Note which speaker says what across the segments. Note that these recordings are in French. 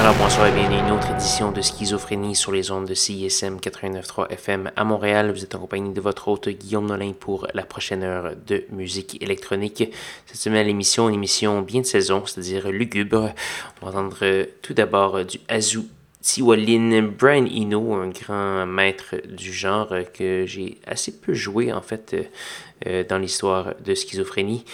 Speaker 1: Alors bonsoir et bienvenue à une autre édition de Schizophrénie sur les ondes de CISM 89.3 FM à Montréal. Vous êtes en compagnie de votre hôte Guillaume Nolin pour la prochaine heure de musique électronique. Cette semaine à l'émission, une émission bien de saison, c'est-à-dire lugubre. On va entendre euh, tout d'abord euh, du Azou Tiwalin, Brian Eno, un grand maître du genre euh, que j'ai assez peu joué en fait euh, euh, dans l'histoire de schizophrénie.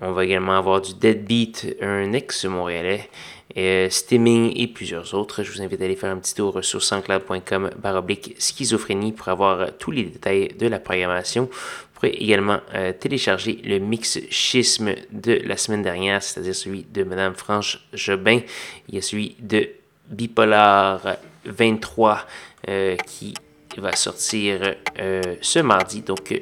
Speaker 1: On va également avoir du Deadbeat, un ex-montréalais, euh, Stimming et plusieurs autres. Je vous invite à aller faire un petit tour sur sanscloud.com baroblique schizophrénie pour avoir euh, tous les détails de la programmation. Vous pourrez également euh, télécharger le mix schisme de la semaine dernière, c'est-à-dire celui de Madame Franche Jobin. Il y a celui de Bipolar 23 euh, qui va sortir euh, ce mardi. Donc, euh,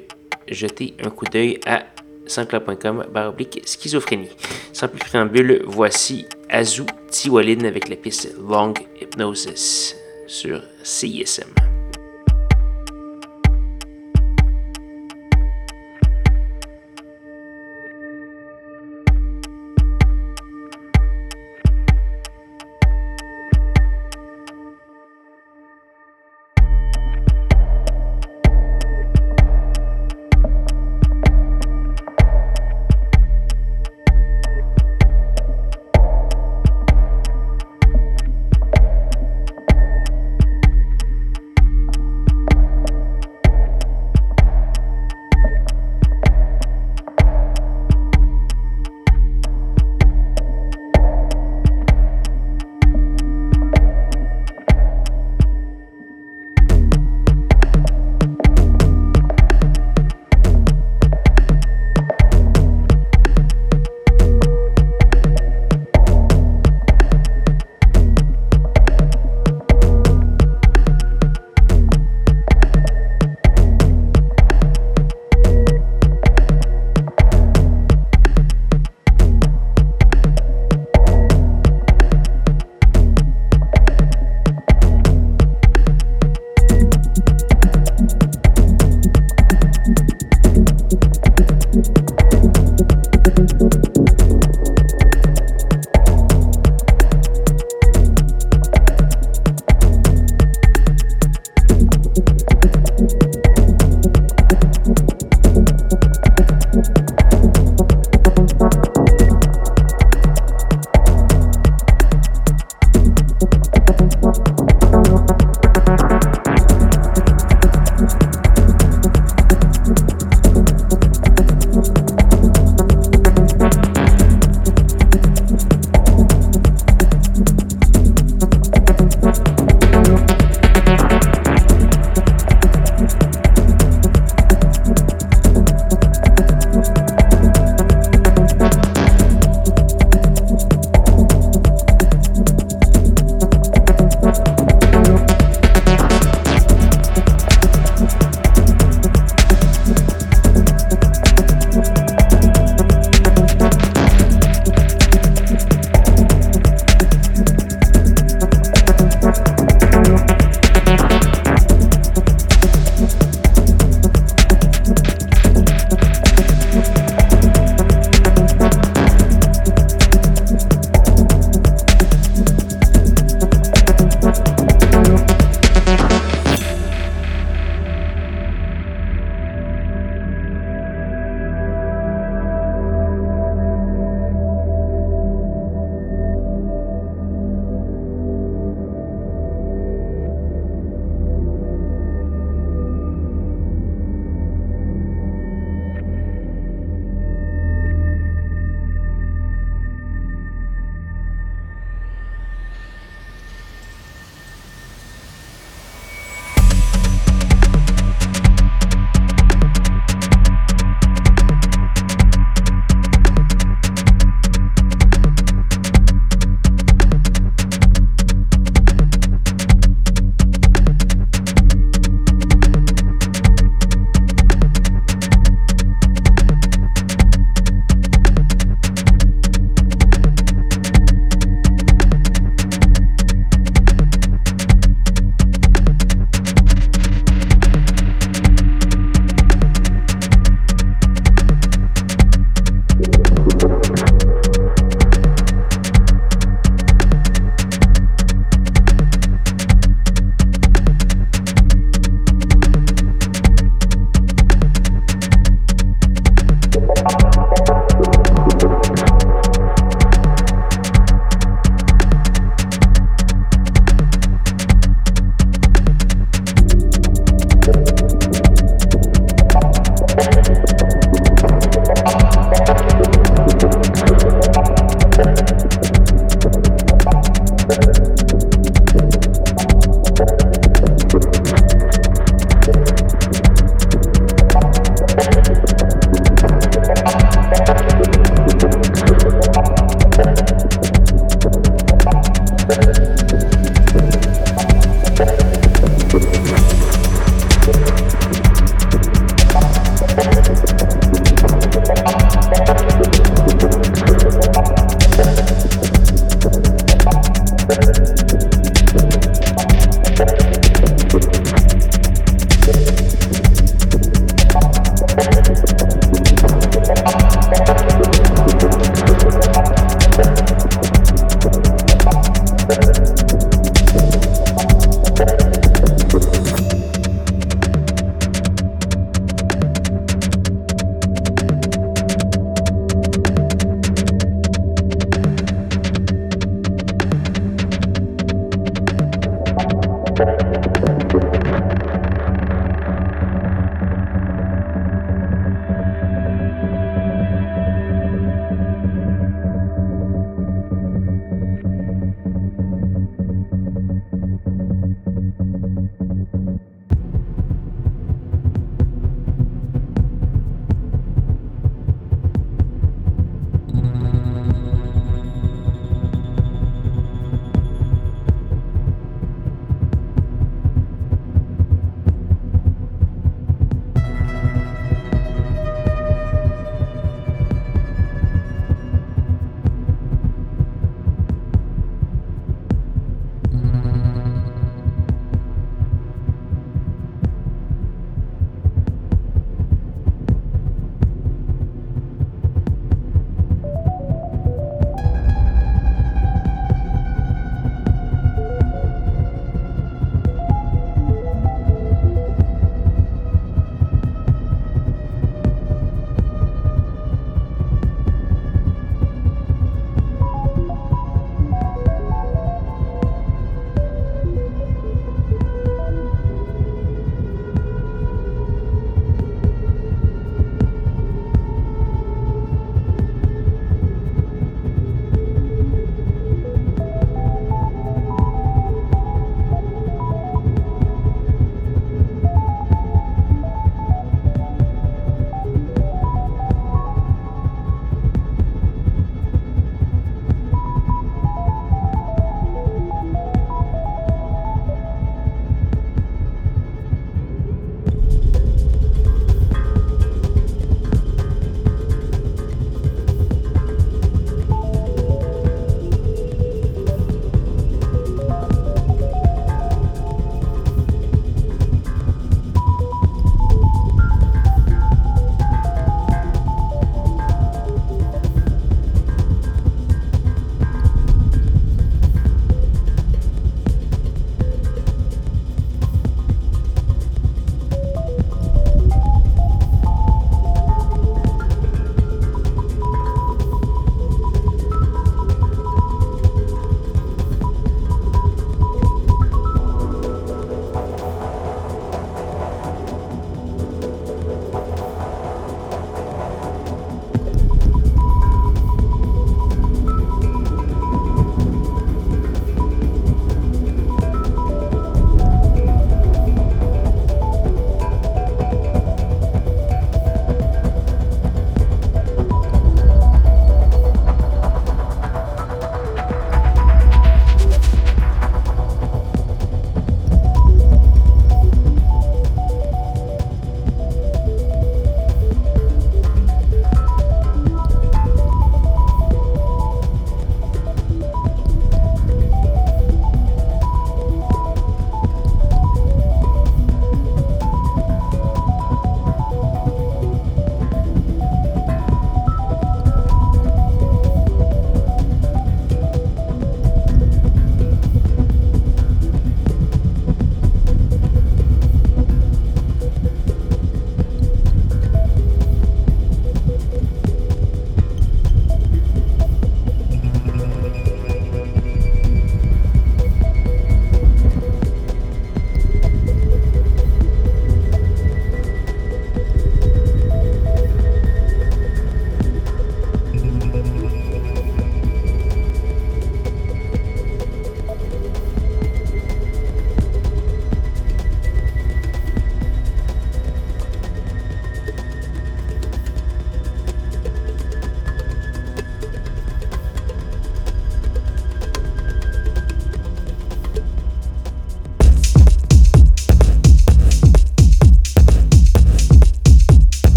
Speaker 1: jetez un coup d'œil à sanscloud.com baroblique schizophrénie. Sans plus préambule, voici Azu Tiwalin avec la piste Long Hypnosis sur CISM.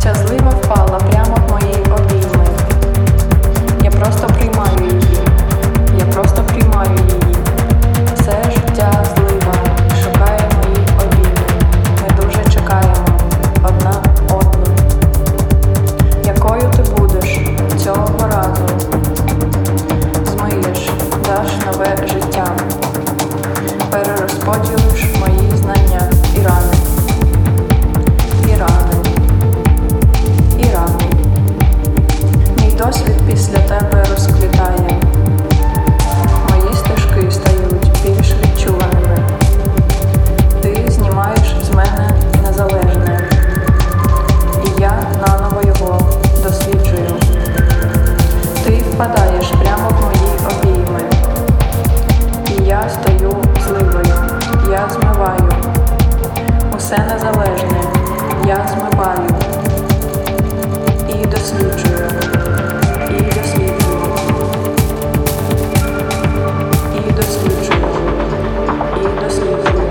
Speaker 2: Щаслива впала прямо в мої обійми. Я просто приймаю її. Я просто приймаю її. Все життя злива шукає мої обійми. Ми дуже чекаємо одна одну. Якою ти будеш цього разу? Змиєш, даш нове життя, перерозподілиш мої знання і рани. І рани. І рани. Мій досвід після тебе розквітає. Мої стежки стають більш відчуваними. Ти знімаєш з мене незалежне. І я наново його досліджую. Ти впадаєш прямо в мої обійми. І я стаю зливою. Я змиваю все незалежне я змиваю і досліджую, і досліджую, і досліджую, і досліджую.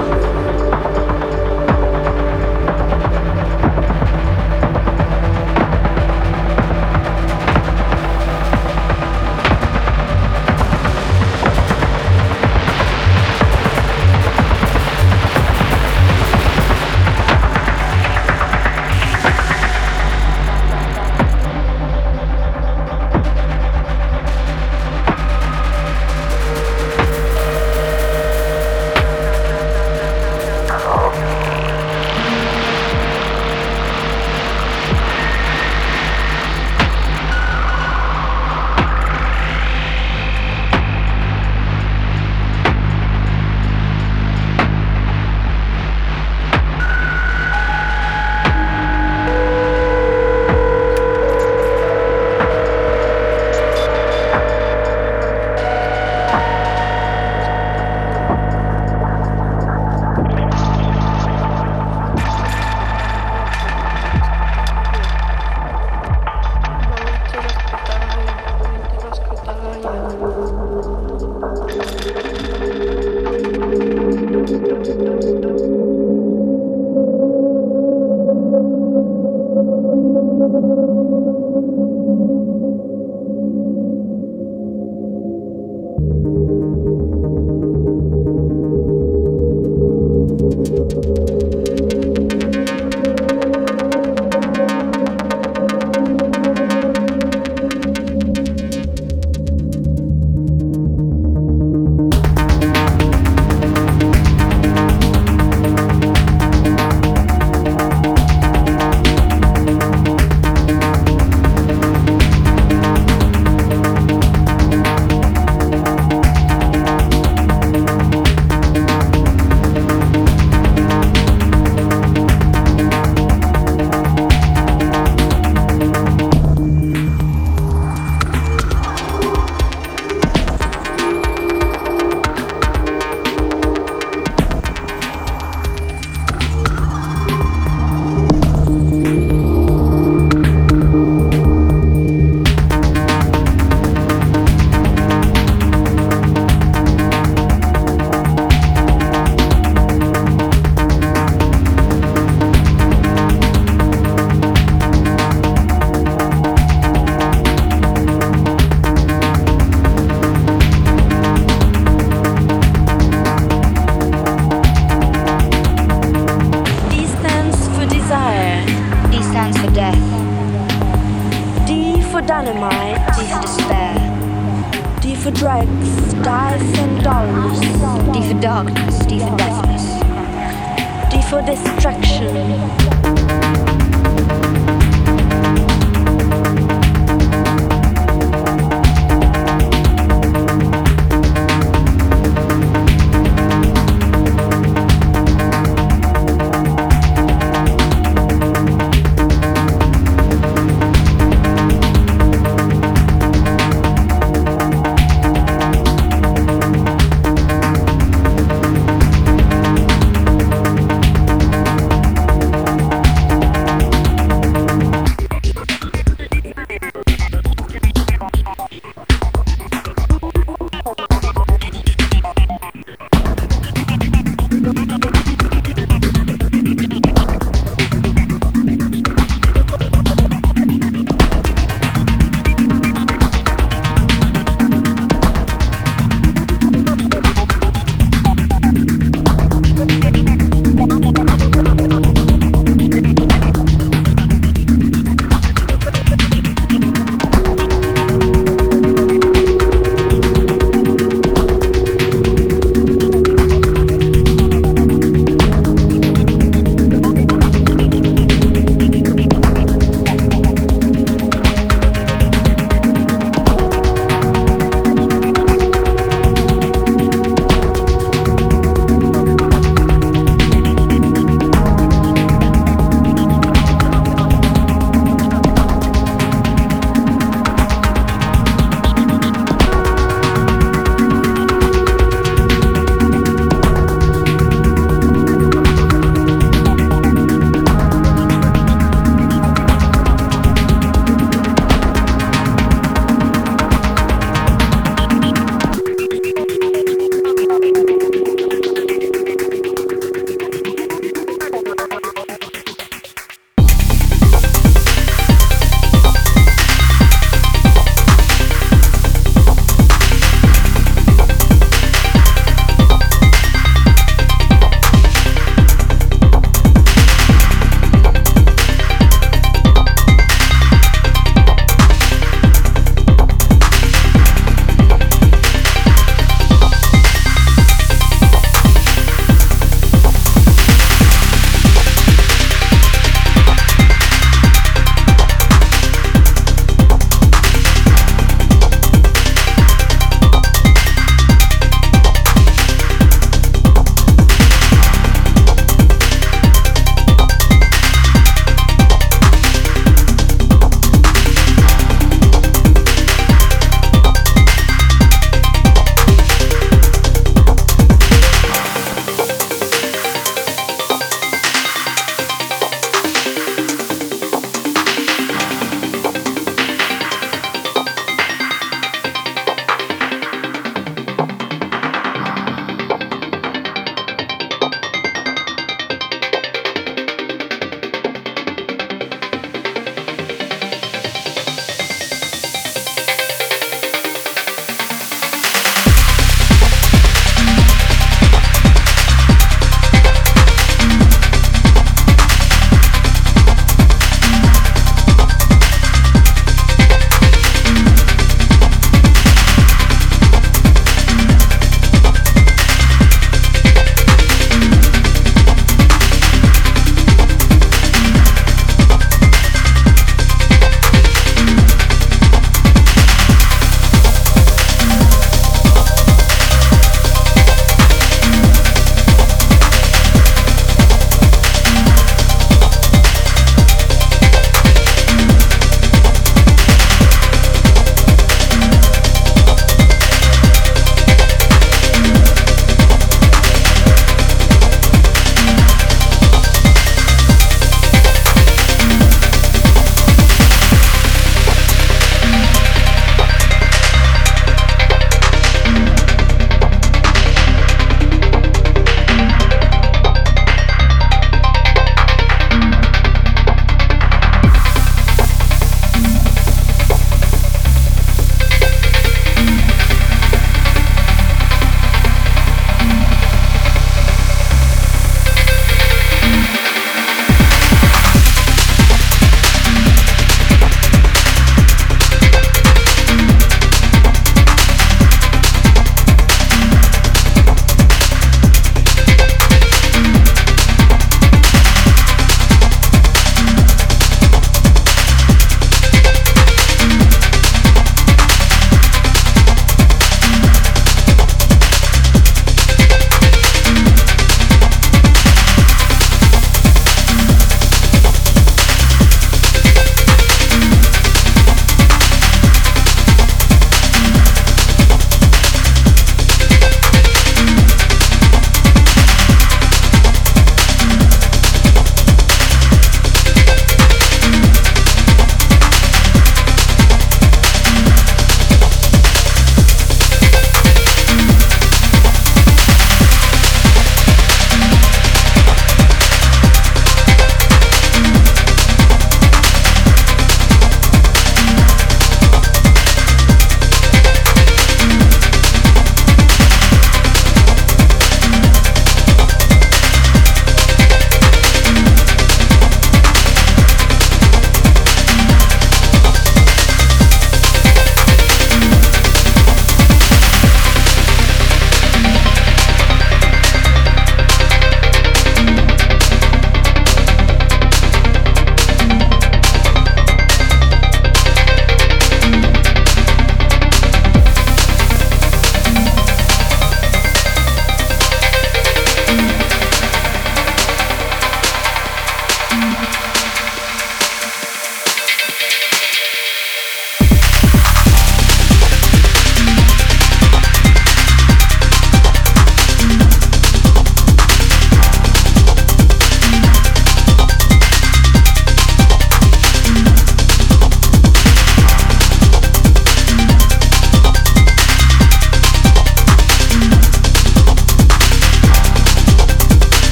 Speaker 3: D stands for desire.
Speaker 4: D stands for death,
Speaker 3: D for dynamite.
Speaker 4: D for despair,
Speaker 3: D for drugs, dice and dollars.
Speaker 4: D for darkness, D for deafness,
Speaker 3: D for distraction.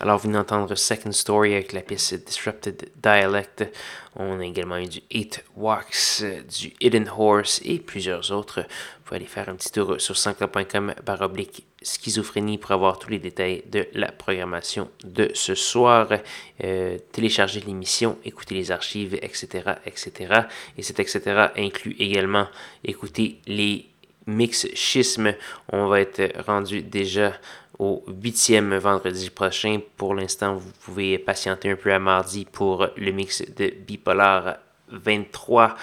Speaker 1: Alors, vous venez d'entendre Second Story avec la pièce Disrupted Dialect. On a également eu du Eight Walks, euh, du Hidden Horse et plusieurs autres. Vous pouvez aller faire un petit tour sur sancla.com par oblique schizophrénie pour avoir tous les détails de la programmation de ce soir. Euh, télécharger l'émission, écouter les archives, etc., etc. Et cet etc. inclut également écouter les mix schisme. On va être rendu déjà au huitième vendredi prochain. Pour l'instant, vous pouvez patienter un peu à mardi pour le mix de Bipolar 23.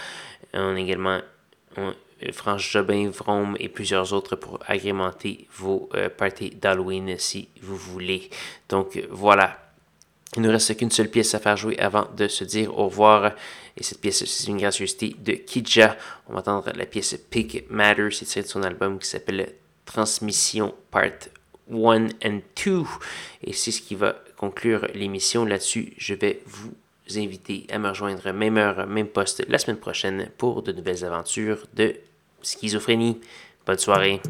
Speaker 1: On a également on- Franche Jobin, Vrome et plusieurs autres pour agrémenter vos euh, parties d'Halloween si vous voulez. Donc voilà. Il ne nous reste qu'une seule pièce à faire jouer avant de se dire au revoir. Et cette pièce, c'est une gracieuseté de Kidja. On va entendre la pièce Pig Matter. C'est tiré de son album qui s'appelle Transmission Part 1 and 2. Et c'est ce qui va conclure l'émission. Là-dessus, je vais vous inviter à me rejoindre, même heure, même poste, la semaine prochaine pour de nouvelles aventures de schizophrénie. Bonne soirée.